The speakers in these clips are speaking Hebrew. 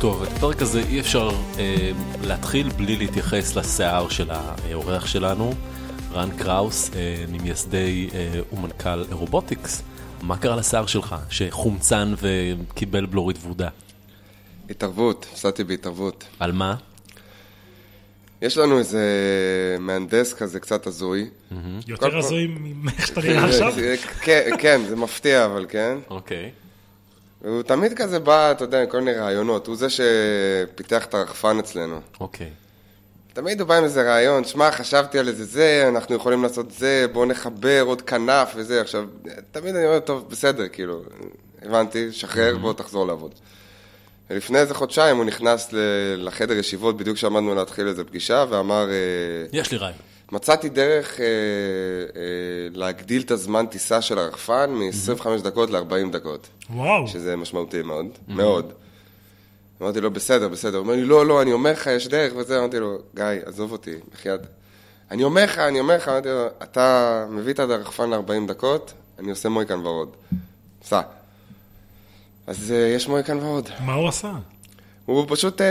טוב, את הפרק הזה אי אפשר אה, להתחיל בלי להתייחס לשיער של האורח שלנו, רן קראוס, אה, ממייסדי אה, ומנכ"ל רובוטיקס. מה קרה לשיער שלך, שחומצן וקיבל בלורית וודה? התערבות, הפסדתי בהתערבות. על מה? יש לנו איזה מהנדס כזה קצת הזוי. יותר הזוי ממך שאתה נראה עכשיו? כן, כן, זה מפתיע, אבל כן. אוקיי. הוא תמיד כזה בא, אתה יודע, עם כל מיני רעיונות. הוא זה שפיתח את הרחפן אצלנו. אוקיי. תמיד הוא בא עם איזה רעיון, שמע, חשבתי על איזה זה, אנחנו יכולים לעשות זה, בואו נחבר עוד כנף וזה. עכשיו, תמיד אני אומר, טוב, בסדר, כאילו, הבנתי, שחרר, בוא תחזור לעבוד. ולפני איזה חודשיים הוא נכנס ל- לחדר ישיבות, בדיוק כשעמדנו להתחיל איזה פגישה, ואמר, אה, יש לי רעיון. מצאתי דרך אה, אה, להגדיל את הזמן טיסה של הרחפן מ-25 דקות ל-40 דקות, כן. וואו, שזה משמעותי מאוד, מאוד. אמרתי לו, בסדר, בסדר. הוא אומר לי, לא, לא, אני אומר לך, יש דרך וזה. אמרתי לו, גיא, עזוב אותי, בחייאת. אני אומר לך, אני אומר לך, אמרתי לו, אתה מביא את הרחפן ל-40 דקות, אני עושה מויקן ורוד. סע. אז אה, יש מויקן ורוד. מה הוא עשה? הוא פשוט אה,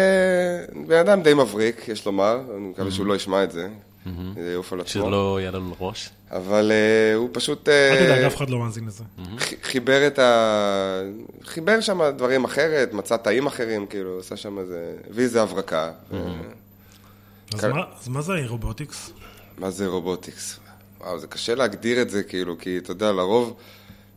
בן אדם די מבריק, יש לומר, אני מקווה שהוא לא ישמע את זה, זה יעוף על עצמו. שלא יעלה לו לראש. אבל אה, הוא פשוט אה, אל תדאג, אף אחד לא מאזין לזה. אה, חי- חיבר את ה... חיבר שם דברים אחרת, מצא תאים אחרים, כאילו, עשה שם איזה... הביא איזה הברקה. אה, Mm-hmm. אז כן. מה- אז מה זה רובוטיקס? מה זה רובוטיקס? וואו, זה קשה להגדיר את זה, כאילו, כי אתה יודע, לרוב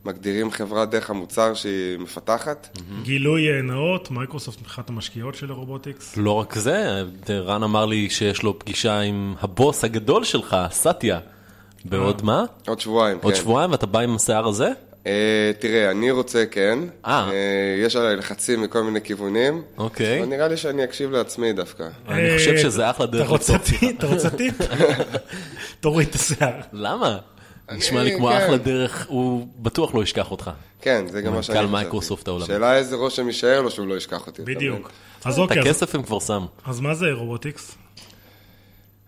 מגדירים חברה דרך המוצר שהיא מפתחת. Mm-hmm. גילוי אה, נאות, מייקרוסופט אחת המשקיעות של רובוטיקס. לא רק זה, רן אמר לי שיש לו פגישה עם הבוס הגדול שלך, סטיה. בעוד מה? עוד שבועיים, כן. עוד שבועיים ואתה בא עם השיער הזה? אה, תראה, אני רוצה כן. אה. יש עליי לחצים מכל מיני כיוונים. אוקיי. אבל נראה לי שאני אקשיב לעצמי דווקא. אני חושב שזה אחלה דרך אה, אתה רוצה לפתוח טיפ? אתה רוצה טיפ? תוריד את השיער. למה? אני- נשמע לי כמו כן. אחלה דרך, הוא בטוח לא ישכח אותך. כן, זה גם מה שאני מנכ"ל חשבתי. מייקרוסופט העולמי. שאלה איזה רושם יישאר לו שהוא לא ישכח אותי. אתה מבין? בדיוק. את אז אוקיי, אז- הכסף הם כבר שמו. אז מה זה רובוטיקס?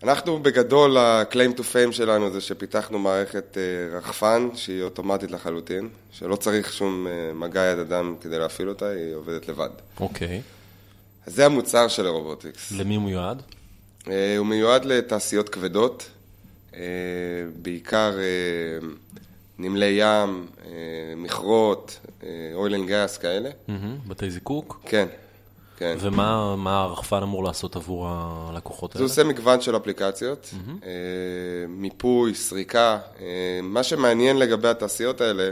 אנחנו בגדול, ה-claim to fame שלנו זה שפיתחנו מערכת אה, רחפן שהיא אוטומטית לחלוטין, שלא צריך שום אה, מגע יד אדם כדי להפעיל אותה, היא עובדת לבד. אוקיי. אז זה המוצר של הרובוטיקס. למי הוא מיועד? אה, הוא מיועד לתעשיות כבדות, אה, בעיקר אה, נמלי ים, אה, מכרות, אה, אויל אנד גז כאלה. מהמם, בתי זיקוק. כן, כן. ומה מה הרחפן אמור לעשות עבור הלקוחות זה האלה? עושה מגוון של אפליקציות, אה, מיפוי, סריקה. אה, מה שמעניין לגבי התעשיות האלה,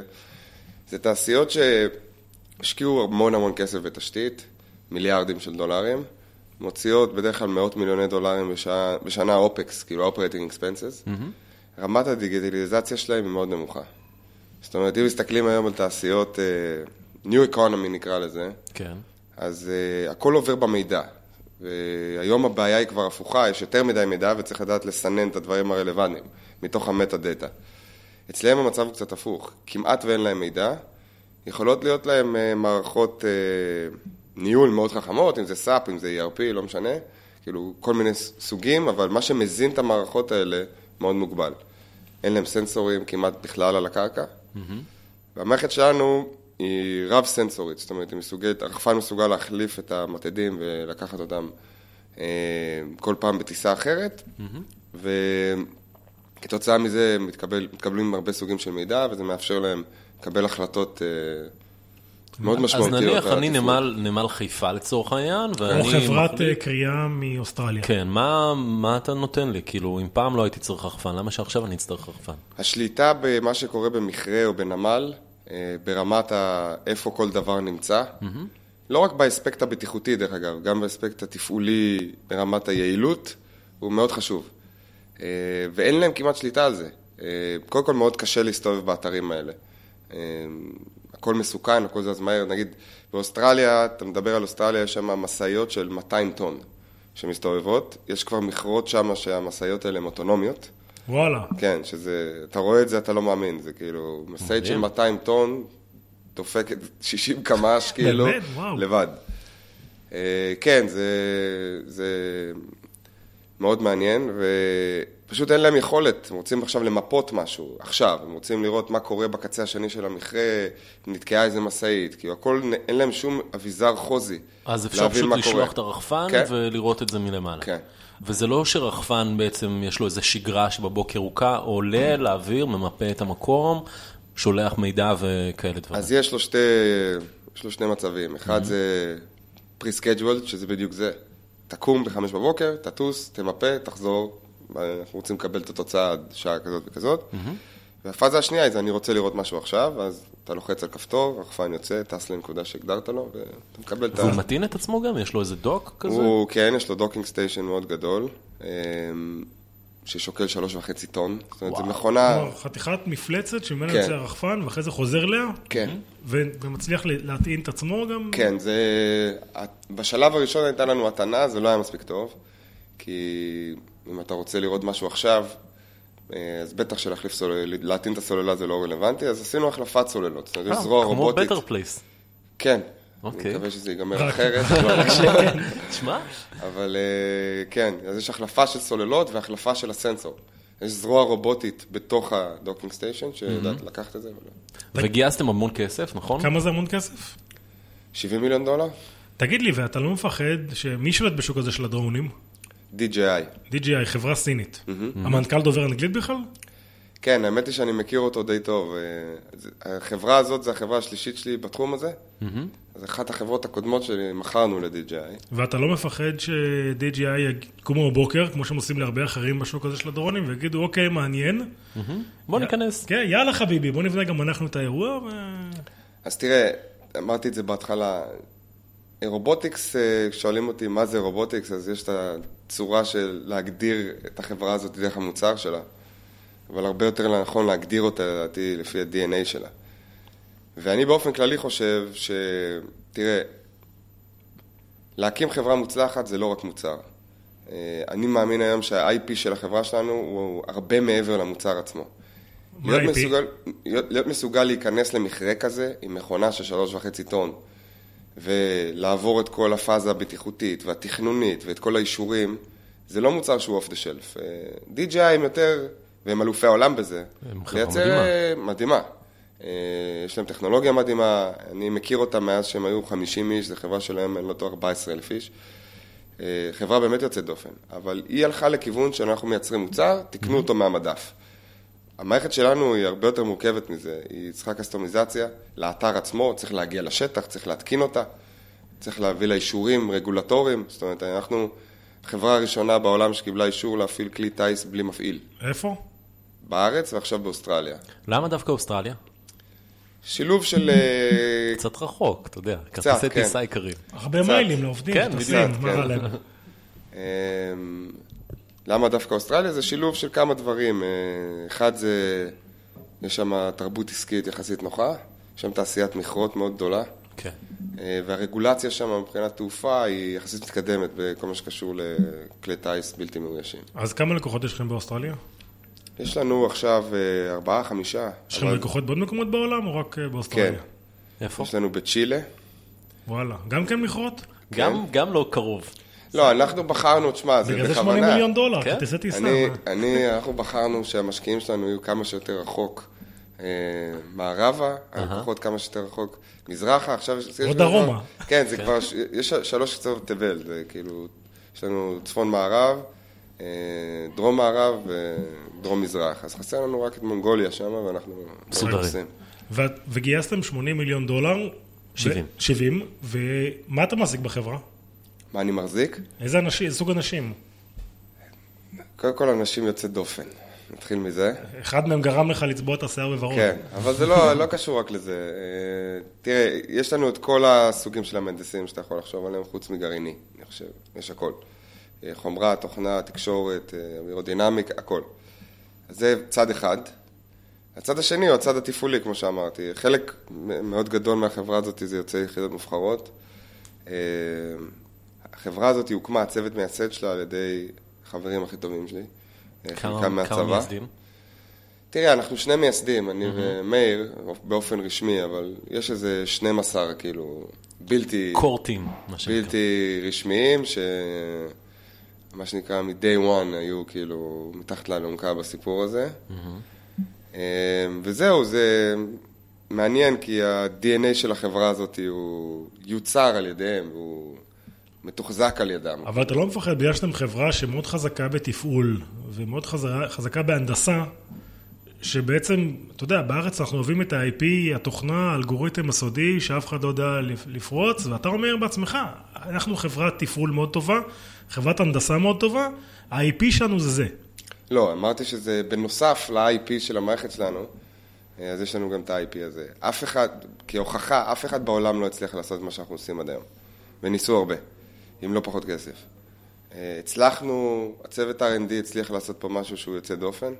זה תעשיות שהשקיעו המון המון כסף בתשתית, מיליארדים של דולרים, מוציאות בדרך כלל מאות מיליוני דולרים בשעה, בשנה אופקס, כאילו operating expenses. רמת הדיגיטליזציה שלהם היא מאוד נמוכה. זאת אומרת, אם מסתכלים היום על תעשיות, אה, New Economy נקרא לזה, כן. אז uh, הכל עובר במידע. והיום הבעיה היא כבר הפוכה, יש יותר מדי מידע וצריך לדעת לסנן את הדברים הרלוונטיים מתוך המטה דאטה. אצלם המצב הוא קצת הפוך, כמעט ואין להם מידע, יכולות להיות להם uh, מערכות uh, ניהול מאוד חכמות, אם זה סאפ, אם זה ERP, לא משנה, כאילו כל מיני ס- סוגים, אבל מה שמזין את המערכות האלה מאוד מוגבל. אין להם סנסורים כמעט בכלל על הקרקע. והמערכת שלנו היא רב סנסורית, זאת אומרת, היא מסוגלת, הרחפן מסוגל להחליף את המתדים ולקחת אותם אה, כל פעם בטיסה אחרת, וכתוצאה מזה מתקבל, מתקבלים הרבה סוגים של מידע, וזה מאפשר להם לקבל החלטות אה, מאוד אז משמעותיות. אה, נניח על אני התפעול. נמל נמל חיפה לצורך העניין, ואני... או חברת מחליט- אה, קריאה מאוסטרליה. כן, מה מה אתה נותן לי? כאילו, אם פעם לא הייתי צריך רחפן, למה שעכשיו אני אצטרך רחפן? השליטה במה שקורה במכרה או בנמל, אה, ברמת ה... איפה כל דבר נמצא, לא רק באספקט הבטיחותי דרך אגב, גם באספקט התפעולי ברמת היעילות, הוא מאוד חשוב. אה, ואין להם כמעט שליטה על זה. אה, קודם כל מאוד קשה להסתובב באתרים האלה. אה, הכל מסוכן, הכל זז מהר. נגיד, באוסטרליה, אתה מדבר על אוסטרליה, יש שם משאיות של 200 טון שמסתובבות. יש כבר מכרות שם שהמשאיות האלה הן אוטונומיות. אה. וואלה. כן, שזה, אתה רואה את זה, אתה לא מאמין, זה כאילו, משאית של 200 טון, דופקת 60 קמ"ש, כאילו, באמת? וואו. לבד. אה, כן, זה, זה מאוד מעניין, ופשוט אין להם יכולת, הם רוצים עכשיו למפות משהו, עכשיו, הם רוצים לראות מה קורה בקצה השני של המכרה, נתקעה איזה משאית, כאילו הכל, אין להם שום אביזר חוזי אז אפשר להבין פשוט מה לשלוח קורה. את הרחפן כן. ולראות את זה מלמעלה. כן. וזה לא שרחפן בעצם יש לו איזה שגרה שבבוקר הוא קע, עולה לאוויר, ממפה את המקום, שולח מידע וכאלה דברים. אז יש לו שתי, יש לו שני מצבים. Mhm. אחד זה pre-scheduled, שזה בדיוק זה. תקום בחמש בבוקר, תטוס, תמפה, תחזור, אנחנו רוצים לקבל את התוצאה עד שעה כזאת וכזאת. Mhm. והפאזה השנייה היא, זה אני רוצה לראות משהו עכשיו, אז אתה לוחץ על כפתור, רחפן יוצא, טס לנקודה שהגדרת לו, ואתה מקבל את ה... והוא מתאים את עצמו גם? יש לו איזה דוק כזה? הוא, כן, יש לו דוקינג סטיישן מאוד גדול, אמ, ששוקל שלוש וחצי טון. זאת אומרת, זו וואו. מכונה... כלומר, חתיכת מפלצת שממנה כן. יוצא הרחפן, ואחרי זה חוזר אליה, כן. Mhm. ו- ומצליח ל- להטעין את עצמו גם. כן, זה... בשלב הראשון הייתה לנו מתנה, זה לא היה מספיק טוב, כי אם אתה רוצה לראות משהו עכשיו, אה, אז בטח שלהחליף סולל... להטעין את הסוללה זה לא רלוונטי, אז עשינו החלפת סוללות. זאת אומרת, אה, יש זרוע כמו רובוטית. בטר פלייס. כן. אוקיי. לא. אני מקווה שזה ייגמר אחרת, אבל- תשמע, אבל אה, כן, אז יש החלפה של סוללות והחלפה של הסנסור. יש זרוע רובוטית בתוך הדוקינג סטיישן, Mm-hmm. שיודעת לקחת את זה. אבל- לא. וגייסתם המון כסף, נכון? כמה זה המון כסף? 70 מיליון דולר? תגיד לי, ואתה לא מפחד שמי שולט בשוק הזה של הדרונים? DJI. DJI, חברה סינית. המנכ"ל דובר אנגלית בכלל? כן, האמת היא שאני מכיר אותו די טוב. אה, זה- החברה הזאת זו החברה השלישית שלי בתחום הזה. אז אחת החברות הקודמות שלי מכרנו ל-DJI. ואתה לא מפחד ש-DJI יקומו בבוקר, כמו שהם עושים להרבה אחרים בשוק הזה של הדרונים, ויגידו, אוקיי, מעניין. בוא ניכנס. כן, יאללה חביבי, בוא נבנה גם אנחנו את האירוע, ו... אז תראה, אמרתי את זה בהתחלה, רובוטיקס, אה, שואלים אותי מה זה רובוטיקס, אז יש את הצורה של להגדיר את החברה הזאת דרך המוצר שלה, אבל הרבה יותר נכון להגדיר אותה, לדעתי, לפי ה-DNA שלה. ואני באופן כללי חושב ש... תראה, להקים חברה מוצלחת זה לא רק מוצר. אה, אני מאמין היום שה-IP של החברה שלנו הוא הרבה מעבר למוצר עצמו. מה להיות ה-IP? מסוגל, להיות, להיות מסוגל להיכנס למכרה כזה עם מכונה של שלוש וחצי טון ולעבור את כל הפאזה הבטיחותית והתכנונית ואת כל האישורים, זה לא מוצר שהוא אוף דה שלף. DJI הם יותר, והם אלופי העולם בזה, הם חברה לייצר אה, מדהימה. אה, יש להם טכנולוגיה מדהימה, אני מכיר אותם מאז שהם היו 50 איש, זו חברה שלהם, אני לא טועה, 14 אלף איש. אה, חברה באמת יוצאת דופן, אבל היא הלכה לכיוון שאנחנו מייצרים מוצר, תקנו אותו מהמדף. המערכת שלנו היא הרבה יותר מורכבת מזה, היא צריכה קסטומיזציה לאתר עצמו, צריך להגיע לשטח, צריך להתקין אותה, צריך להביא לה אישורים רגולטוריים, זאת אומרת, אנחנו החברה הראשונה בעולם שקיבלה אישור להפעיל כלי טיס בלי מפעיל, איפה? בארץ ועכשיו באוסטרליה. למה דווקא אוסטרליה? שילוב של... אה, קצת רחוק, אתה יודע, כרטיסי כן. טיסה עיקרים. הרבה קצת. מיילים לעובדים, כן, שטסים, בדיוק, מה כן. רע להם? אמ, למה דווקא אוסטרליה? זה שילוב של כמה דברים. אה, אחד זה, יש שם תרבות עסקית יחסית נוחה, יש שם תעשיית מכרות מאוד גדולה, כן. אה, והרגולציה שם מבחינת תעופה היא יחסית מתקדמת בכל מה שקשור לכלי טיס בלתי מאוישים. אז כמה לקוחות יש לכם באוסטרליה? יש לנו עכשיו אה, ארבעה, חמישה. יש לכם אבל- לקוחות בעוד מקומות בעולם או רק אה, באוסטרליה? כן. איפה? יש לנו בצ'ילה. וואלה, גם כן מכרות? גם- גם לא קרוב. לא, אנחנו בחרנו, תשמע, זה בגלל בכוונה. זה 80 מיליון דולר, כן. כרטיסי טיסה. אני, מה? אני, אנחנו בחרנו שהמשקיעים שלנו יהיו כמה שיותר רחוק אה, מערבה, הלקוחות כמה שיותר רחוק מזרחה, עכשיו יש... יש לנו דרומה. כבר- כן, זה כבר, ש- יש שלוש קצוות תבל, זה כאילו, יש לנו צפון-מערב, אה, דרום-מערב ודרום-מזרח, אז חסר לנו רק את מונגוליה שם, ואנחנו... מסודרים. עושים. ו- וגייסתם 80 מיליון דולר. ו- 70. 70, ומה אתה מעסיק בחברה? מה אני מחזיק? איזה אנשים, איזה סוג אנשים? קודם כל, אנשים יוצאי דופן. נתחיל מזה. אחד מהם גרם לך לצבוע את השיער בוורוד. כן, אבל זה לא, לא קשור רק לזה. אה, תראה, יש לנו את כל הסוגים של המהנדסים שאתה יכול לחשוב עליהם, חוץ מגרעיני, אני חושב, יש הכל. אה, חומרה, תוכנה, תקשורת, אה, אווירודינמיק, הכל. אז זה צד אחד. הצד השני הוא הצד התפעולי, כמו שאמרתי. חלק מ- מאוד גדול מהחברה הזאת זה יוצאי יחידות מובחרות. אה, החברה הזאת הוקמה, הצוות מייסד שלה, על ידי החברים הכי טובים שלי. אה, כמה- חלקם כמה מהצבא. מייסדים? תראה, אנחנו שני מייסדים, אני ומאיר, באופן רשמי, אבל יש איזה 12, כאילו, בלתי, קורטים, מה שנקרא. בלתי רשמיים, ש... מה שנקרא, מ-day one היו כאילו מתחת לאלונקה בסיפור הזה. אה, וזהו, זה מעניין, כי ה-DNA של החברה הזאת הוא יוצר על ידיהם, הוא מתוחזק על ידם. אבל אתה לא מפחד, בגלל שאתם חברה שמאוד חזקה בתפעול, ומאוד חזרה- חזקה בהנדסה, שבעצם, אתה יודע, בארץ אנחנו אוהבים את ה-IP, התוכנה, האלגוריתם הסודי, שאף אחד לא יודע לפ- לפרוץ, ואתה אומר בעצמך, אנחנו חברת תפעול מאוד טובה, חברת הנדסה מאוד טובה, ה-IP שלנו זה זה. לא, אמרתי שזה בנוסף ל-IP של המערכת שלנו, אה, אז יש לנו גם את ה-IP הזה. אף אחד, כהוכחה, אף אחד בעולם לא הצליח לעשות את מה שאנחנו עושים עד היום. וניסו הרבה, אם לא פחות כסף. אה, הצלחנו, הצוות R&D הצליח לעשות פה משהו שהוא יוצא דופן,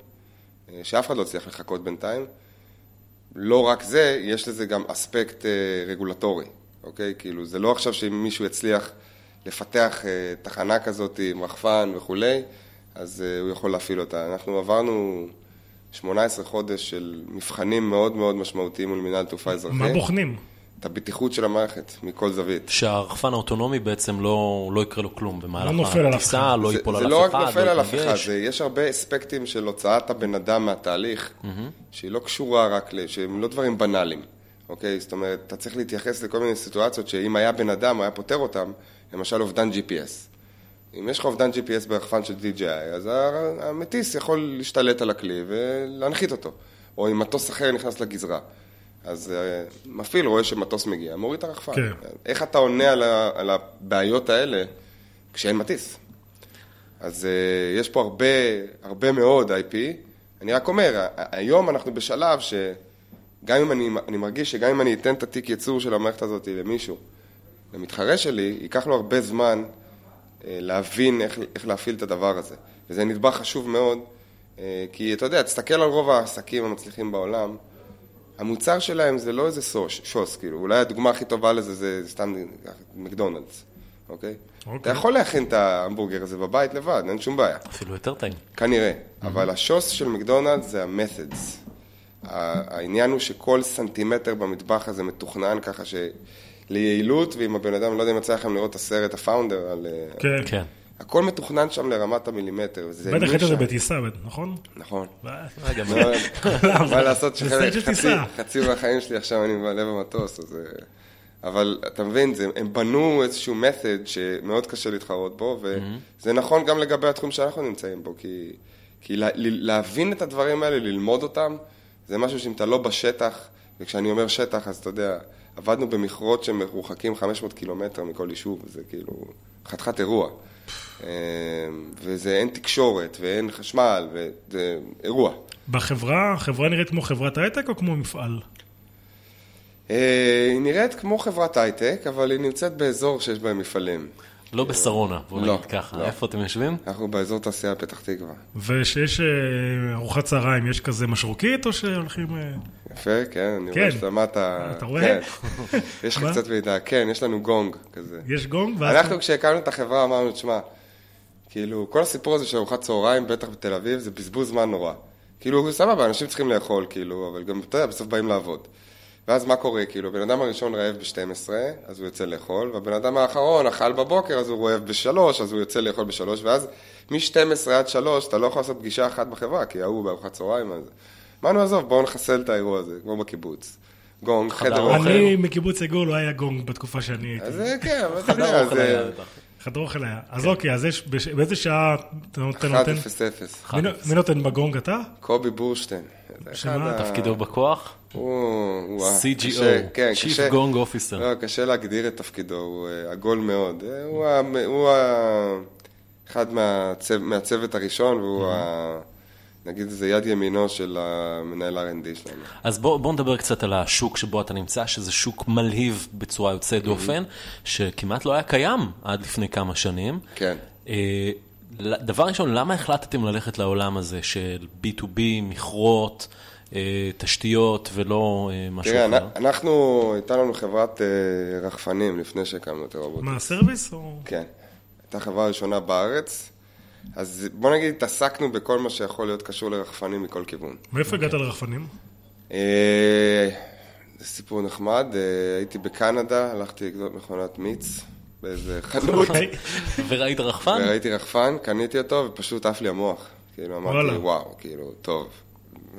אה, שאף אחד לא הצליח לחכות בינתיים. לא רק זה, יש לזה גם אספקט אה, רגולטורי, אוקיי? כאילו, זה לא עכשיו שאם מישהו יצליח לפתח אה, תחנה כזאת עם רחפן וכולי, אז אה, הוא יכול להפעיל אותה. אנחנו עברנו 18 חודש של מבחנים מאוד מאוד משמעותיים מול מינהל תעופה אזרחי. מה בוחנים? כן. את הבטיחות של המערכת, מכל זווית. שהרחפן האוטונומי בעצם לא, לא יקרה לו כלום לא במהלך נופל על אף הטיסה, אחד. לא זה- ייפול זה על אף אחד, לא רק נופל על אף אחד, יתנגש. זה- יש הרבה אספקטים של הוצאת הבן אדם מהתהליך, שהיא לא קשורה רק ל... שהם לא דברים בנאליים, אוקיי? זאת אומרת, אתה צריך להתייחס לכל מיני סיטואציות שאם היה בן אדם, הוא היה פותר אותם, למשל אובדן GPS. אם יש לך אובדן GPS ברחפן של DJI, אז ה- המטיס יכול להשתלט על הכלי ולהנחית אותו. או אם מטוס אחר נכנס לגזרה. אז אה, מפעיל רואה שמטוס מגיע, מוריד את הרחפן. כן. איך אתה עונה על, ה, על הבעיות האלה כשאין מטיס? אז אה, יש פה הרבה, הרבה מאוד IP. אני רק אומר, ה- ה- היום אנחנו בשלב שגם אם אני, אני מרגיש שגם אם אני אתן את התיק ייצור של המערכת הזאת למישהו, למתחרה שלי, ייקח לו הרבה זמן אה, להבין איך, איך להפעיל את הדבר הזה. וזה נדבך חשוב מאוד, אה, כי אתה יודע, תסתכל על רוב העסקים המצליחים בעולם, המוצר שלהם זה לא איזה סוש, שוס, כאילו, אולי הדוגמה הכי טובה לזה זה סתם מקדונלדס, אוקיי? אוקיי. אתה יכול להכין את ההמבורגר הזה בבית לבד, אין שום בעיה. אפילו יותר טעים. כנראה, Mm-hmm. אבל השוס של מקדונלדס זה המתודס. העניין הוא שכל סנטימטר במטבח הזה מתוכנן ככה שליעילות, ואם הבן אדם, לא יודע אם יצא לכם לראות את הסרט הפאונדר, על... אה, כן. כן. הכל מתוכנן שם לרמת המילימטר, וזה בטח היית נישה. זה בטיסה, נכון? נכון. רגע, מה- מאוד. מה לעשות זה שחלק, סרט של חצי- טיסה. חצי מהחיים שלי עכשיו אני מעלה במטוס, אז... אה, אבל אתה מבין, זה, הם בנו איזשהו method שמאוד קשה להתחרות בו, וזה נכון גם לגבי התחום שאנחנו נמצאים בו, כי, כי לה, ל- להבין את הדברים האלה, ללמוד אותם, זה משהו שאם אתה לא בשטח, וכשאני אומר שטח, אז אתה יודע, עבדנו במכרות שמרוחקים 500 קילומטר מכל יישוב, זה כאילו חתיכת אירוע. אה, וזה אין תקשורת, ואין חשמל, וזה אירוע. בחברה, החברה נראית כמו חברת הייטק או כמו מפעל? אה, היא נראית כמו חברת הייטק, אבל היא נמצאת באזור שיש בהם מפעלים. לא בשרונה, בוא לא, נגיד ככה. לא. איפה אתם יושבים? אנחנו באזור תעשייה פתח תקווה. ושיש אה, ארוחת צהריים, יש כזה משרוקית או שהולכים... אה, יפה, כן, אני כן. רואה ששמעת... אתה רואה? כן. יש לך מה? קצת מידע, כן, יש לנו גונג כזה. יש גונג? ואז- אנחנו כשהקמנו את החברה אמרנו, תשמע, כאילו, כל הסיפור הזה של ארוחת צהריים, בטח בתל אביב, זה בזבוז זמן נורא. כאילו, סבבה, אנשים צריכים לאכול, כאילו, אבל גם, אתה יודע, בסוף באים לעבוד. ואז מה קורה, כאילו, הבן אדם הראשון רעב ב-12, אז הוא יוצא לאכול, והבן אדם האחרון אכל בבוקר, אז הוא רעב ב-3, אז הוא יוצא לאכול ב-3, ואז מ-12 עד 3 אתה לא יכול לעשות פגישה אחת בחברה, כי ההוא בארוחת צהריים, אז... אמרנו, עזוב, בואו נחסל את האירוע הזה, כמו בקיבוץ. גונג, חדר אוכל. אני מקיבוץ עגור לא היה גונג בתקופה שאני הייתי. אז אה, כן, אבל אתה חדר יודע, אוכל היה זה... בטח. חדר אוכל היה. כן. אז אוקיי, אז יש, בש- באיזה שעה אתה נותן? 1-0-0. נותן- מי נו- מי נותן בגונג אתה? קובי בורשטיין. זה שמה? אחד ה- תפקידו בכוח? הוא- הוא ה- CGO, אה, קשה- כן, Chief קשה- Gong Officer. לא, קשה להגדיר את תפקידו, הוא אה, עגול מאוד. אה, הוא ה- הוא ה- אחד מהצו- מהצוות הראשון, והוא ה- נגיד איזה יד ימינו של המנהל R&D שלנו. אז בואו בוא נדבר קצת על השוק שבו אתה נמצא, שזה שוק מלהיב בצורה יוצאת דופן, שכמעט לא היה קיים עד לפני כמה שנים. כן. אה, ל- דבר ראשון, למה החלטתם ללכת לעולם הזה של B2B, מכרות, אה, תשתיות ולא אה, משהו תראה, אחר? אנ- אנחנו, הייתה לנו חברת אה, רחפנים לפני שהקמנו את הרובוט. מה, סרוויס? או- כן. הייתה חברה ראשונה בארץ, אז בוא נגיד התעסקנו בכל מה שיכול להיות קשור לרחפנים מכל כיוון. מאיפה הגעת לרחפנים? אה, זה סיפור נחמד, אה, הייתי בקנדה, הלכתי לקנות מכונת מיץ, באיזה חנות, וראית אוקיי. רחפן? וראיתי רחפן, קניתי אותו, ופשוט עף לי המוח. כאילו, וואלה. אמרתי, וואו, כאילו, טוב,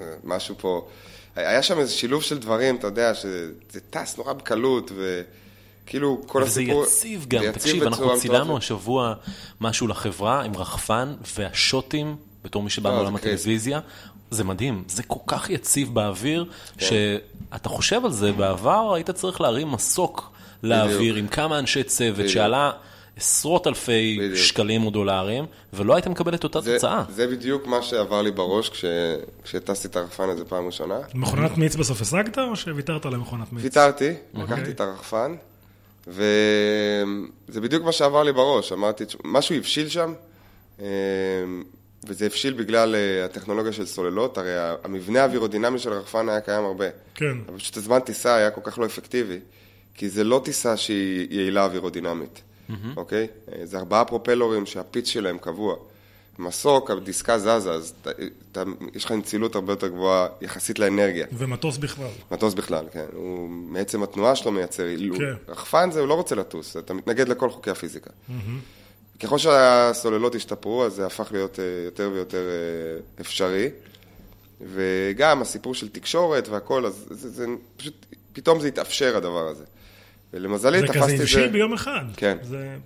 אה, משהו פה... היה שם איזה שילוב של דברים, אתה יודע, שזה טס נורא בקלות, וכאילו, כל זה הסיפור... יציב גם, זה יציב תקשיב, בצורה אנחנו צילמנו מטורפת. השבוע משהו לחברה עם רחפן והשוטים, בתור מי שבא לא, מעולם זה קריס. הטלוויזיה, זה מדהים, זה כל כך יציב באוויר, כן. שאתה חושב על זה, בעבר היית צריך להרים מסוק לאוויר עם כמה אנשי צוות שעלה עשרות אלפי בדיוק. שקלים או דולרים, ולא היית מקבל את אותה זה- תוצאה. זה בדיוק מה שעבר לי בראש כש- כשטסתי את הרחפן הזה פעם ראשונה. מכונת מיץ בסוף השגת, או שוויתרת על המכונת מיץ? ויתרתי, לקחתי את הרחפן, וזה בדיוק מה שעבר לי בראש, אמרתי, "תשמע, משהו הבשיל שם, אה, וזה הבשיל בגלל אה, הטכנולוגיה של סוללות, הרי ה- המבנה האווירודינמי של רחפן היה קיים הרבה. כן. אבל פשוט הזמן טיסה היה כל כך לא אפקטיבי, כי זה לא טיסה שהיא יעילה אווירודינמית, אוקיי? אה, זה ארבעה פרופלורים שהפיץ שלהם קבוע. מסוק, הדיסקה זזה, אז אתה- אתה- יש לך נצילות הרבה יותר גבוהה יחסית לאנרגיה. ומטוס בכלל. מטוס בכלל, כן. הוא, מעצם התנועה שלו מייצר אילול. כן. כן. רחפן זה, הוא לא רוצה לטוס, אתה מתנגד לכל חוקי הפיזיקה. Mm-hmm. ככל שהסוללות השתפרו, אז זה הפך להיות אה, יותר ויותר אה, אפשרי. וגם הסיפור של תקשורת והכל, אז זה, זה פשוט, פתאום זה התאפשר הדבר הזה. ולמזלי זה תפסתי את זה. כזה הבשיל ביום אחד. כן. זה...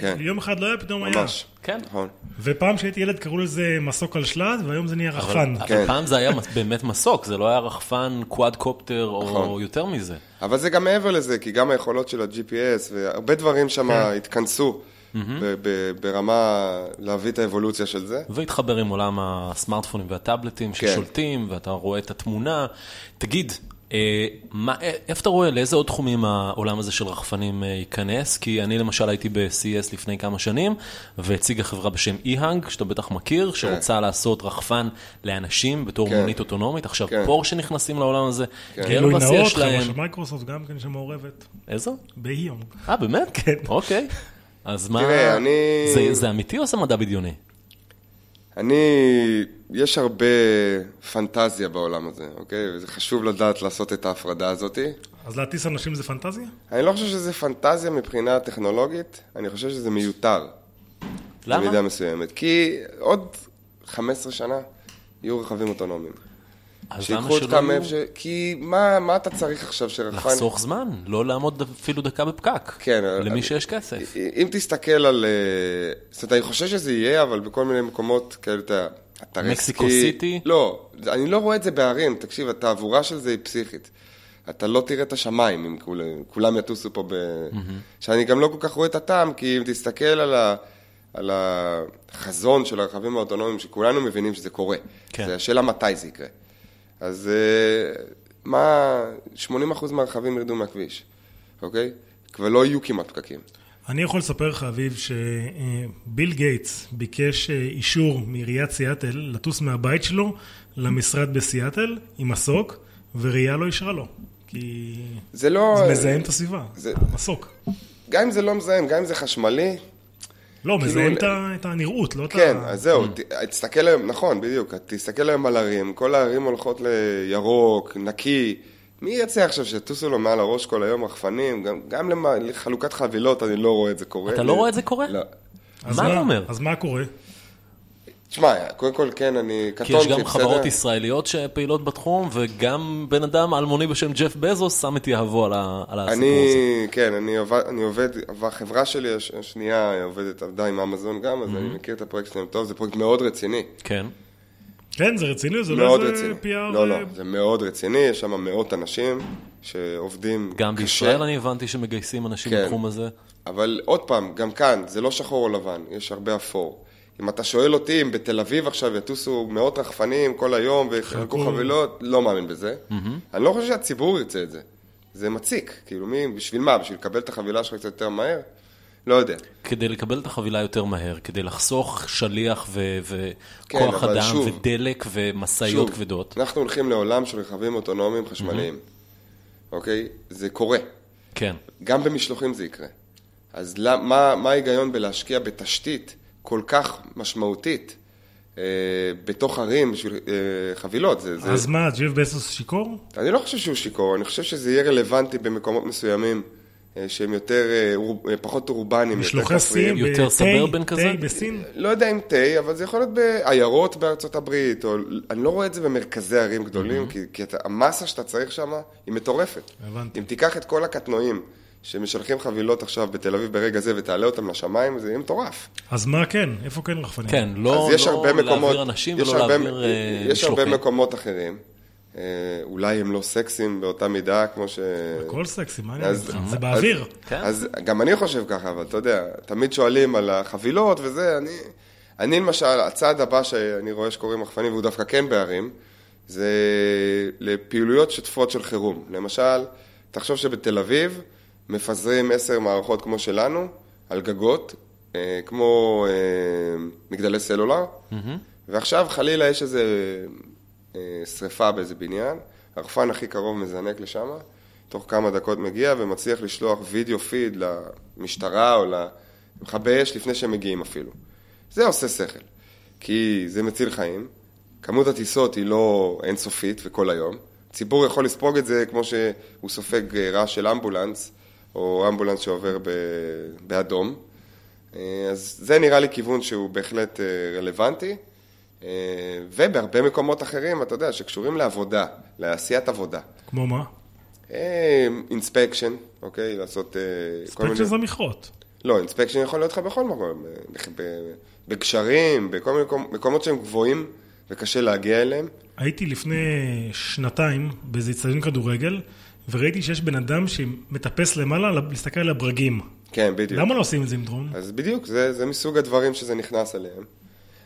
כן. יום אחד לא היה, פתאום היה. ממש. כן. נכון. ופעם כשהייתי ילד קראו לזה מסוק על שלט, והיום זה נהיה אבל- רחפן. אבל כן. פעם זה היה באמת מסוק, זה לא היה רחפן קוואד קופטר או נכון. יותר מזה. אבל זה גם מעבר לזה, כי גם היכולות של ה-GPS והרבה דברים שם כן. התכנסו ב- ב- ברמה להביא את האבולוציה של זה. והתחבר עם עולם הסמארטפונים והטאבלטים כן. ששולטים, ואתה רואה את התמונה. תגיד, אה, מה- אה, איפה אתה רואה, לאיזה עוד תחומים העולם הזה של רחפנים אה, ייכנס? כי אני למשל הייתי ב-CES לפני כמה שנים, והציגה חברה בשם e-hang, שאתה בטח מכיר, שרוצה לעשות רחפן לאנשים בתור כן. מונית אוטונומית. עכשיו כן. פורשה נכנסים לעולם הזה, גילוי הרבס נאות, יש חברה של להם. מייקרוסופט גם כן שמעורבת. איזו? באיום. אה, באמת? כן. אוקיי. אז מה, תראה, אני- זה- זה אמיתי או זה מדע בדיוני? אני, יש הרבה פנטזיה בעולם הזה, אוקיי? וזה חשוב לדעת לעשות את ההפרדה הזאת. אז להטיס אנשים זה פנטזיה? אני לא חושב שזה פנטזיה מבחינה טכנולוגית, אני חושב שזה מיותר. למה? במידה מסוימת. כי עוד 15 שנה יהיו רכבים אוטונומיים. אז למה שיקחו אותך שלא יהיו- מאיפה ש... כי מה, מה אתה צריך עכשיו שרחפן... לחסוך זמן, לא לעמוד אפילו דקה בפקק. כן, למי אני- שיש כסף. אה, אם תסתכל על... אה, זאת אומרת, אני חושב שזה יהיה, אבל בכל מיני מקומות כאלה, אתה יודע, אתרי מקסיקו סקי. סיטי? לא, זה- אני לא רואה את זה בערים. תקשיב, התעבורה של זה היא פסיכית. אתה לא תראה את השמיים אם כול- כולם יטוסו פה ב... שאני גם לא כל כך רואה את הטעם, כי אם תסתכל על ה... על החזון של הרכבים האוטונומיים, שכולנו מבינים שזה קורה. כן. זה השאלה מתי זה יקרה. אז אה, מה, 80% מהרכבים ירדו מהכביש, אוקיי? כבר לא יהיו כמעט פקקים. אני יכול לספר לך, אביב, שביל גייטס ביקש אה, אישור מעיריית סיאטל לטוס מהבית שלו למשרד בסיאטל עם מסוק, וראייה לא אישרה לו. כי זה לא... זה מזהם את הסביבה, זה- המסוק. גם אם זה לא מזהם, גם אם זה חשמלי, לא, מזהם ל- את ה- את הנראות, לא את ה... כאילו כן, אה. אז זהו, ת- תסתכל היום, נכון, בדיוק, תסתכל היום על ערים, כל הערים הולכות לירוק, נקי, מי ירצה עכשיו שיטוסו לו מעל הראש כל היום רחפנים, גם- גם למ- לחלוקת חבילות אני לא רואה את זה קורה. אתה לא רואה את זה קורה? לא. אז מה אתה אומר? אז מה קורה? תשמע, קודם כל כן, אני כי קטונתי, יש גם חברות בסדר? ישראליות שפעילות בתחום, וגם בן אדם אלמוני בשם ג'ף בזוס שם את יהבו על ה- על הסיפור אני, הזה. כן, אני עובד, אני עובד, החברה שלי הש- השנייה עובדת, עבדה עם אמזון גם, אז Mm-hmm. אני מכיר את הפרויקט שלהם טוב, זה פרויקט מאוד רציני. כן. כן, זה רציני, זה מאוד לא איזה רציני. PR... לא, לא, אה, זה מאוד רציני, יש שם מאות אנשים שעובדים קשה. גם בישראל אני הבנתי שמגייסים אנשים כן. בתחום הזה. אבל עוד פעם, גם כאן, זה לא שחור או לבן, יש הרבה אפור. אם אתה שואל אותי אם בתל אביב עכשיו יטוסו מאות רחפנים כל היום ויחלקו חבילות, לא מאמין בזה. אני לא חושב שהציבור ירצה את זה. זה מציק, כאילו מי, בשביל מה? בשביל לקבל את החבילה שלך קצת יותר מהר? לא יודע. כדי לקבל את החבילה יותר מהר, כדי לחסוך שליח ו- כן, וכוח אבל אדם שוב- ודלק ומשאיות שוב, כבדות. אנחנו הולכים לעולם של רכבים אוטונומיים חשמליים, אוקיי? זה קורה. כן. גם במשלוחים זה יקרה. אז למה, מה, מה ההיגיון בלהשקיע בתשתית כל כך משמעותית אה, בתוך ערים בשביל אה, חבילות? זה, זה, אז מה, ג'ף בזוס שיכור? אני לא חושב שהוא שיכור, אני חושב שזה יהיה רלוונטי במקומות מסוימים אה, שהם יותר, אה, אור- אה, פחות אורבניים, יותר משלוחי סין, כפריים. יותר בתה, סברבן כזה? תה בסין? לא יודע אם תה, אבל זה יכול להיות בעיירות בארצות הברית, או אני לא רואה את זה במרכזי ערים Mm-hmm. גדולים, כי, כי אתה, המסה שאתה צריך שם היא מטורפת. הבנתי. אם תיקח את כל הקטנועים שמשלחים חבילות עכשיו בתל אביב ברגע זה ותעלה אותם לשמיים, זה יהיה מטורף. אז מה כן? איפה כן רחפנים? כן, לא, אז יש לא הרבה מקומות, להעביר אנשים יש ולא הרבה- להעביר אה, יש הרבה משלוחים. מקומות אחרים, אה, אולי הם לא סקסים באותה מידה כמו ש... הכל סקסי, מה אני אגיד אז- לך? זה אז- באוויר. כן. אז גם אני חושב ככה, אבל אתה יודע, תמיד שואלים על החבילות וזה, אני, אני למשל, הצעד הבא שאני רואה שקוראים רחפנים, והוא דווקא כן בערים, זה לפעילויות שותפות של חירום. למשל, תחשוב שבתל אביב מפזרים עשר מערכות כמו שלנו, על גגות, אה, כמו אה, מגדלי סלולר, ועכשיו חלילה יש איזה אה, שריפה באיזה בניין, הרחפן הכי קרוב מזנק לשם, תוך כמה דקות מגיע ומצליח לשלוח וידאו פיד למשטרה או למכבי אש לפני שהם מגיעים אפילו. זה עושה שכל, כי זה מציל חיים, כמות הטיסות היא לא אינסופית וכל היום, ציבור יכול לספוג את זה כמו שהוא סופג אה, רעש של אמבולנס, או אמבולנס שעובר ב... באדום. אה, אז זה נראה לי כיוון שהוא בהחלט אה, רלוונטי, אה, ובהרבה מקומות אחרים, אתה יודע, שקשורים לעבודה, לעשיית עבודה. כמו מה? אינספקשן, אוקיי? לעשות אה, כל מיני... ספקשן זה מכרות. לא, אינספקשן יכול להיות לך בכל מקום, אה, בכ- ב- בגשרים, בכל מיני מקומ- מקומות שהם גבוהים וקשה להגיע אליהם. הייתי לפני שנתיים באיזה אצטדיון כדורגל, וראיתי שיש בן אדם שמטפס למעלה להסתכל על הברגים. כן, בדיוק. למה לא עושים את זה עם דרון? אז בדיוק, זה, זה מסוג הדברים שזה נכנס אליהם.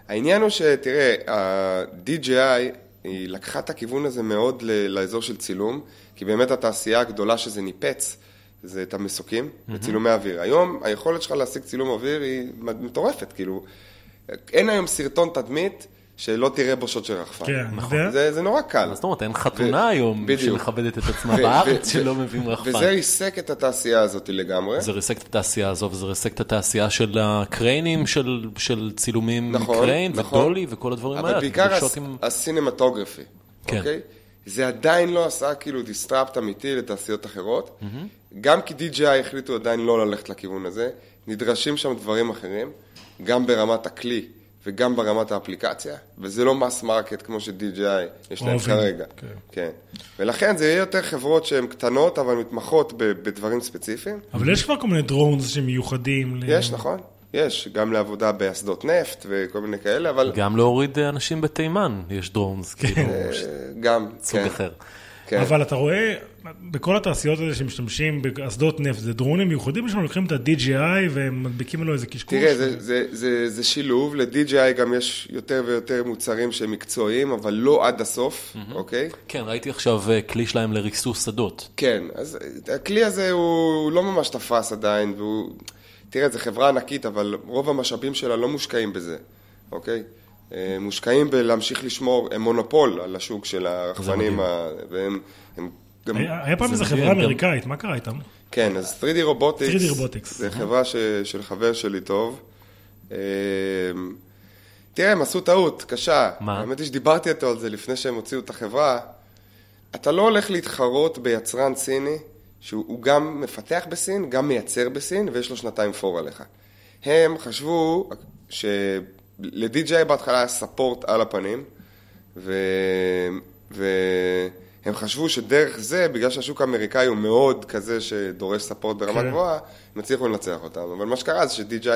העניין הוא שתראה, ה-DJI, היא לקחה את הכיוון הזה מאוד ל- לאזור של צילום, כי באמת התעשייה הגדולה שזה ניפץ, זה את המסוקים וצילומי אוויר. היום היכולת שלך להשיג צילום אוויר היא מטורפת, כאילו, אין היום סרטון תדמית שלא תראה בו שוט של רחפן. כן, אני נכון. יודע. זה, זה נורא קל. מה זאת אומרת, אין חתונה היום בדיוק. שמכבדת את עצמה ו- בארץ ו- שלא ו- מביאים רחפן. וזה ריסק את התעשייה הזאת לגמרי. זה ריסק את התעשייה הזו, וזה ריסק את התעשייה של הקריינים, של, של צילומים נכון, קריין נכון. ודולי וכל הדברים האלה. אבל בעיקר פגישות הס... עם- הסינמטוגרפי, כן. אוקיי? זה עדיין לא עשה כאילו דיסטראפט אמיתי לתעשיות אחרות. גם כי DJI החליטו עדיין לא ללכת לכיוון הזה, נדרשים שם דברים אחרים, גם ברמת הכלי וגם ברמת האפליקציה, וזה לא מס מרקט כמו ש-DJI יש להם אוהבים, כרגע. כן. כן. ולכן זה יהיה יותר חברות שהן קטנות, אבל מתמחות ב- בדברים ספציפיים. אבל יש כבר כל מיני דרונס שמיוחדים. ל- Mm. יש, נכון? יש, גם לעבודה באסדות נפט וכל מיני כאלה, אבל גם להוריד אה, אנשים בתימן, יש דרונס, כאילו, ש- אה, גם, סוג כן. אחר. כן. אבל אתה רואה, בכל התעשיות האלה שמשתמשים באסדות נפט, זה דרונים מיוחדים שהם לוקחים את ה-DGI והם מדביקים לו איזה קשקוש. תראה, זה, זה, זה, זה שילוב, ל-DJI גם יש יותר ויותר מוצרים שהם מקצועיים, אבל לא עד הסוף, אוקיי? כן, ראיתי עכשיו אה, כלי שלהם לריסוס שדות. כן, אז הכלי הזה הוא לא ממש תפס עדיין, והוא... תראה, זו חברה ענקית, אבל רוב המשאבים שלה לא מושקעים בזה, אוקיי? אה, מושקעים בלהמשיך לשמור, הם מונופול על השוק של הרחפנים, ה... והם... הם גם... היה היה פעם זה איזו מדהים, חברה גם- אמריקאית, מה קרה איתם? כן, אז 3D רובוטיקס, 3D Robotics. זה חברה ש, של חבר שלי טוב. אמ, תראה, הם עשו טעות קשה. מה? האמת היא שדיברתי איתו על זה לפני שהם הוציאו את החברה. אתה לא הולך להתחרות ביצרן סיני, שהוא הוא גם מפתח בסין, גם מייצר בסין, ויש לו שנתיים פור עליך. הם חשבו של-DJI בהתחלה היה ספורט על הפנים, ו... והם חשבו שדרך זה, בגלל שהשוק האמריקאי הוא מאוד כזה שדורש ספורט ברמה כן. גבוהה, הם הצליחו לנצח אותם. אבל מה שקרה זה ש-DJI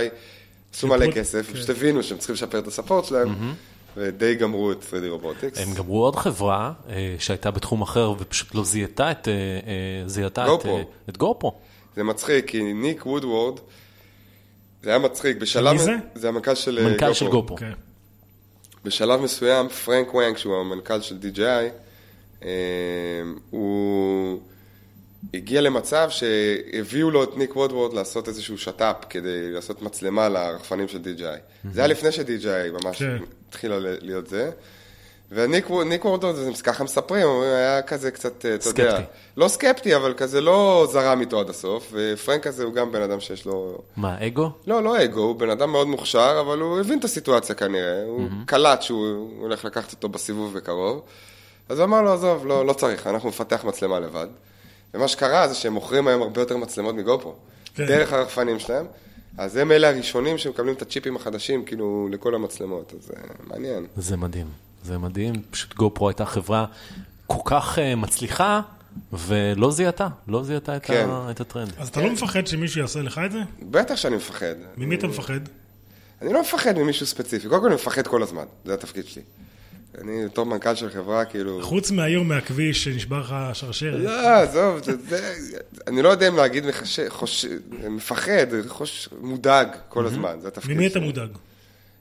עשו מלא שיפרו- כסף, כן. פשוט הבינו שהם צריכים לשפר את הספורט שלהם, ודי גמרו את 3D רובוטיקס. הם גמרו עוד חברה אה, שהייתה בתחום אחר ופשוט לא זיהתה את, אה, אה, זיהתה את, גופרו. אה, את גופרו. זה מצחיק, כי ניק וודוורד, זה היה מצחיק. בשלב... מי זה? זה המנכ"ל של אה, מנכ"ל של גופרו. אוקיי. בשלב מסוים, פרנק וואנג, שהוא המנכ"ל של DJI, אה, הוא הגיע למצב שהביאו לו את ניק וודוורד לעשות איזשהו שת"פ כדי לעשות מצלמה לרחפנים של DJI. זה היה לפני ש-DJI ממש כן. התחילה ל- להיות זה. וניק וו- ניק וורדון, זה ככה מספרים, הוא היה כזה קצת, אה, אתה יודע, סקפטי. לא סקפטי, אבל כזה לא זרם איתו עד הסוף, ופרנק הזה הוא גם בן אדם שיש לו מה, אגו? לא, לא אגו, הוא בן אדם מאוד מוכשר, אבל הוא הבין את הסיטואציה כנראה, הוא קלט שהוא הולך לקחת אותו בסיבוב בקרוב, אז הוא אמר לו, עזוב, לא, לא צריך, אנחנו נפתח מצלמה לבד. ומה שקרה זה שהם מוכרים היום הרבה יותר מצלמות מגופרו. כן. דרך הרחפנים שלהם. אז הם אלה הראשונים שמקבלים את הצ'יפים החדשים, כאילו, לכל המצלמות. אז אה, מעניין. זה מדהים, זה מדהים. פשוט גו פרו הייתה חברה כל כך אה, מצליחה, ולא זיהתה, לא זיהתה את, כן. ה, את הטרנד. אז אתה לא מפחד שמישהו יעשה לך את זה? בטח שאני מפחד. ממי אתה מפחד? אני לא מפחד ממישהו ספציפי. קודם כל אני מפחד כל הזמן, זה התפקיד שלי. אני בתור מנכ"ל של חברה, כאילו... חוץ מהיום מהכביש שנשבר לך השרשרת. לא, עזוב, זה, זה, אני לא יודע אם להגיד מחש... חוש... מפחד, חוש... מודאג כל הזמן, זה התפקיד ממי אתה מודאג?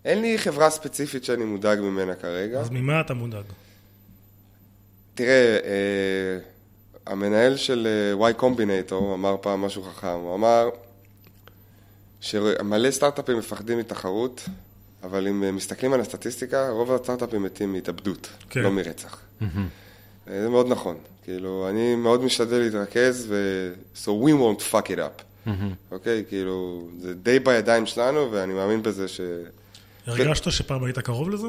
אין לי חברה ספציפית שאני מודאג ממנה כרגע. אז ממה אתה מודאג? תראה, אה, המנהל של אה, Y Combinator אמר פעם משהו חכם, הוא אמר שמלא סטארט-אפים מפחדים מתחרות, אבל אם אה, מסתכלים על הסטטיסטיקה, רוב הסטארט-אפים מתים מהתאבדות, כן. כן. לא מרצח. אה, זה מאוד נכון. כאילו, אני מאוד משתדל להתרכז, ו... so we won't fuck it up. אוקיי, כאילו, זה די בידיים שלנו, ואני מאמין בזה ש... הרגשת שפעם היית קרוב לזה?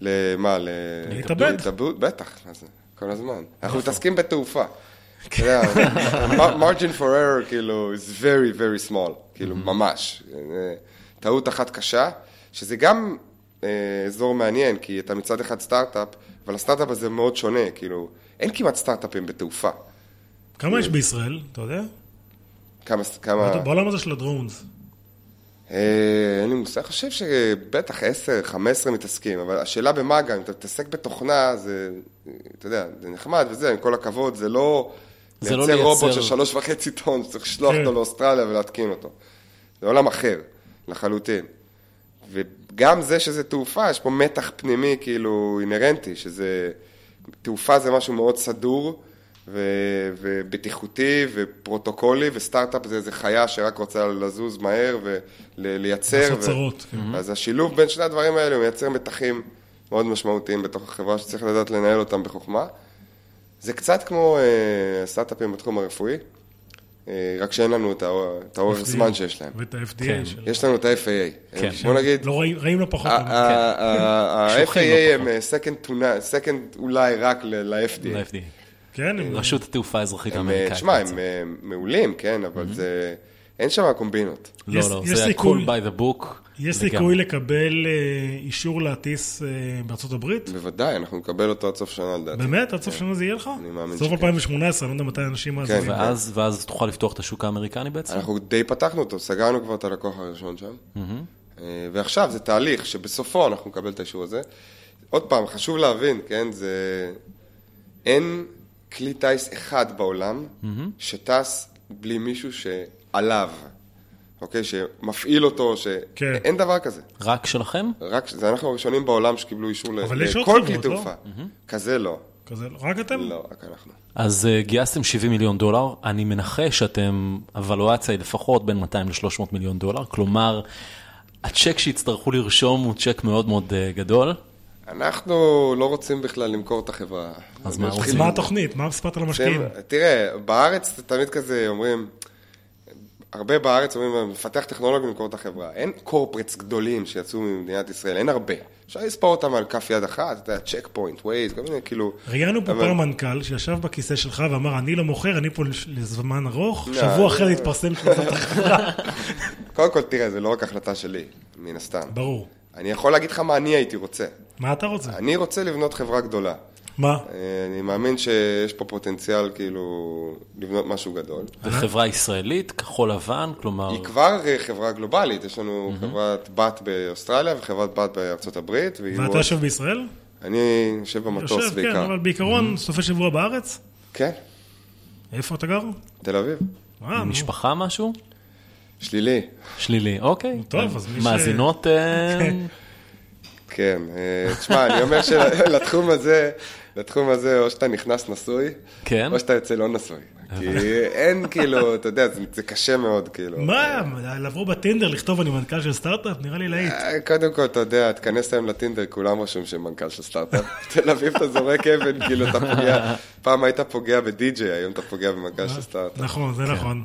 למה? ל... להתאבד. להתאבד, בטח, מה זה? כל הזמן. אנחנו מתעסקים בתעופה. אתה יודע, ה- margin for error, כאילו, is very very small, כאילו, ממש. אה, טעות אחת קשה, שזה גם אה, אזור מעניין, כי אתה מצד אחד סטארט-אפ, אבל הסטארט-אפ הזה מאוד שונה, כאילו, אין כמעט סטארט-אפים בתעופה. כמה יש בישראל? אתה יודע? כמה, כמה... בעולם הזה של הדרונס. אה, אין לי מושג, אני חושב שבטח 10-15 מתעסקים, אבל השאלה במה גם, אם אתה מתעסק בתוכנה, זה, אתה יודע, זה נחמד וזה, עם כל הכבוד, זה לא זה לא לייצר רובוט לייצר- של שלוש וחצי טון, שצריך לשלוח כן. אותו לאוסטרליה ולהתקין אותו. זה עולם אחר, לחלוטין. וגם זה שזה תעופה, יש פה מתח פנימי כאילו אינהרנטי, שזה... תעופה זה משהו מאוד סדור ו... ובטיחותי ופרוטוקולי, וסטארט-אפ זה איזה חיה שרק רוצה לזוז מהר ולייצר. לעשות צרות, כן. אז השילוב בין שני הדברים האלה הוא מייצר מתחים מאוד משמעותיים בתוך החברה שצריך לדעת לנהל אותם בחוכמה. זה קצת כמו אה, הסטארט-אפים בתחום הרפואי, אה, רק שאין לנו את האור- את האורך זמן שיש להם. ואת כן. ה-FDA של... יש לנו את ה-FAA. כן. בוא נגיד, אה, לא רעים- רעים לא פחות. ה- אבל- ה- ה- קשוחים כן. לא ה-FAA פחות. הם אה, second to none- second אולי רק ל- ל-FDA. ל-FDA. כן, הם- רשות התעופה האזרחית הם, אה, האמריקאית. תשמע, בעצם. הם אה, מעולים, כן, Mm-hmm. אבל זה... אין שם קומבינות. לא, יש- לא, יש זה הכל סיכוי- by the book. יש לגמרי. סיכוי לקבל אה, אישור להטיס אה, בארצות הברית? בוודאי, אנחנו נקבל אותו עד סוף שנה לדעתי. באמת? עד סוף שנה זה יהיה לך? כן. אני מאמין סוף שכן. כן. 2018, אני לא יודע מתי אנשים מאזינים. ואז, ואז תוכל לפתוח את השוק האמריקני בעצם? אנחנו די פתחנו אותו, סגרנו כבר את הלקוח הראשון שם. אה, ועכשיו זה תהליך שבסופו אנחנו נקבל את האישור הזה. עוד פעם, חשוב להבין, כן, זה... אין כלי טיס אחד בעולם שטס בלי מישהו שעליו, אוקיי? שמפעיל אותו, ש... כן. אין דבר כזה. רק שלכם? רק ש- זה אנחנו הראשונים בעולם שקיבלו אישור ל- אבל יש עוד לכל חברות, כלי לא? תעופה. כזה לא. כן. כזה, רק אתם? לא, רק אנחנו. אז אה, גייסתם 70 מיליון דולר, אני מנחש שאתם, הוולואציה היא לפחות בין 200 ל-300 מיליון דולר, כלומר, הצ'ק שיצטרכו לרשום הוא צ'ק מאוד מאוד אה, גדול. אנחנו לא רוצים בכלל למכור את החברה. אז מה נתחיל רוצים? אז מה התוכנית? מה מספרת על המשקיעים? אתם- תראה, בארץ זה תמיד כזה אומרים, הרבה בארץ אומרים, מפתח טכנולוגיה למכור את החברה. אין קורפרטס גדולים שיצאו ממדינת ישראל, אין הרבה. אפשר לספור אותם על כף יד אחת, אתה יודע, צ'ק פוינט, ווייז, כל מיני, כאילו... ראיינו פה אבל- פעם מנכ"ל שישב בכיסא שלך ואמר, אני לא מוכר, אני פה לש- לזמן ארוך, לא, שבוע אחרי זה לא. התפרסם שהוא עזב את החברה. קודם כל, תראה, זה לא רק החלטה שלי, מן הסתם. ברור. אני יכול להגיד לך מה אני הייתי רוצה. מה אתה רוצה? אני רוצה לבנות חברה גדולה. מה? אה, אני מאמין שיש פה פוטנציאל, כאילו, לבנות משהו גדול. וחברה ישראלית, כחול לבן, כלומר, היא כבר אה, חברה גלובלית, יש לנו חברת בת באוסטרליה וחברת בת בארצות הברית. והיא ואתה מאוד- יושב בישראל? אני יושב במטוס יושב, כן, בעיקר. אבל Mm-hmm. בעיקרון, סופי שבוע בארץ? כן, איפה אתה גר? תל אביב. אה, נו. משפחה משהו? שלילי. שלילי, אוקיי. טוב, אז מי ש- מאזינות, אה, כן, אה, תשמע, אני אומר שלתחום הזה, לתחום הזה, או שאתה נכנס נשוי, כן. או שאתה יוצא לא נשוי. כי אין כאילו, אתה יודע, זה, זה קשה מאוד, כאילו. מה? לבוא בטינדר, לכתוב אני מנכ"ל של סטארט-אפ? נראה לי להיט. אה, קודם כל, אתה יודע, תיכנס היום לטינדר, כולם רשום שהם מנכ"ל של סטארט-אפ. תל אביב אתה זורק אבן, כאילו אתה פוגע, פעם היית פוגע בדי-ג'יי, היום אתה פוגע במנכ"ל של סטארט-אפ. נכון, זה נכון.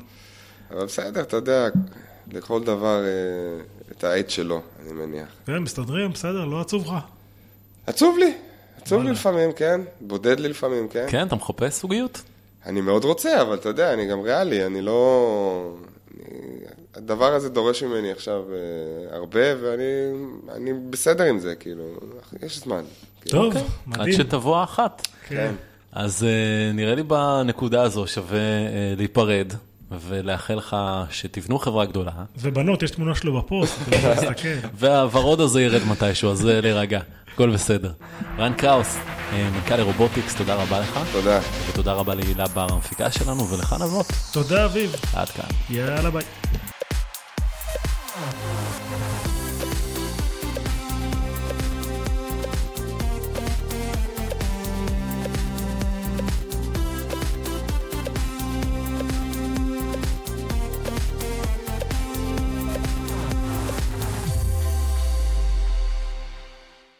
אבל בסדר, אתה יודע, לכל דבר אה, את העט שלו, אני מניח. כן, מסתדרים, בסדר, לא עצוב לך. עצוב לי, עצוב לי לפעמים, כן. בודד לי לפעמים, כן. כן, אתה מחפש זוגיות? אני מאוד רוצה, אבל אתה יודע, אני גם ריאלי, אני לא... אני... הדבר הזה דורש ממני עכשיו אה, הרבה, ואני אני בסדר עם זה, כאילו, יש זמן. כאילו. טוב, אוקיי. עד מדהים. שתבוא האחת. כן. אז אה, נראה לי בנקודה הזו שווה אה, להיפרד ולאחל לך שתבנו חברה גדולה, ובנות, יש תמונה שלו בפוסט, אתה יכול להסתכל. והוורוד הזה ירד מתישהו, אז אה, להירגע, הכל בסדר. רן קראוס, אה, מנכ"ל לרובוטיקס, תודה רבה לך, תודה. ותודה רבה להילה בר המפיקה שלנו, ולך נבות, תודה, אביב. עד כאן. יאללה, ביי.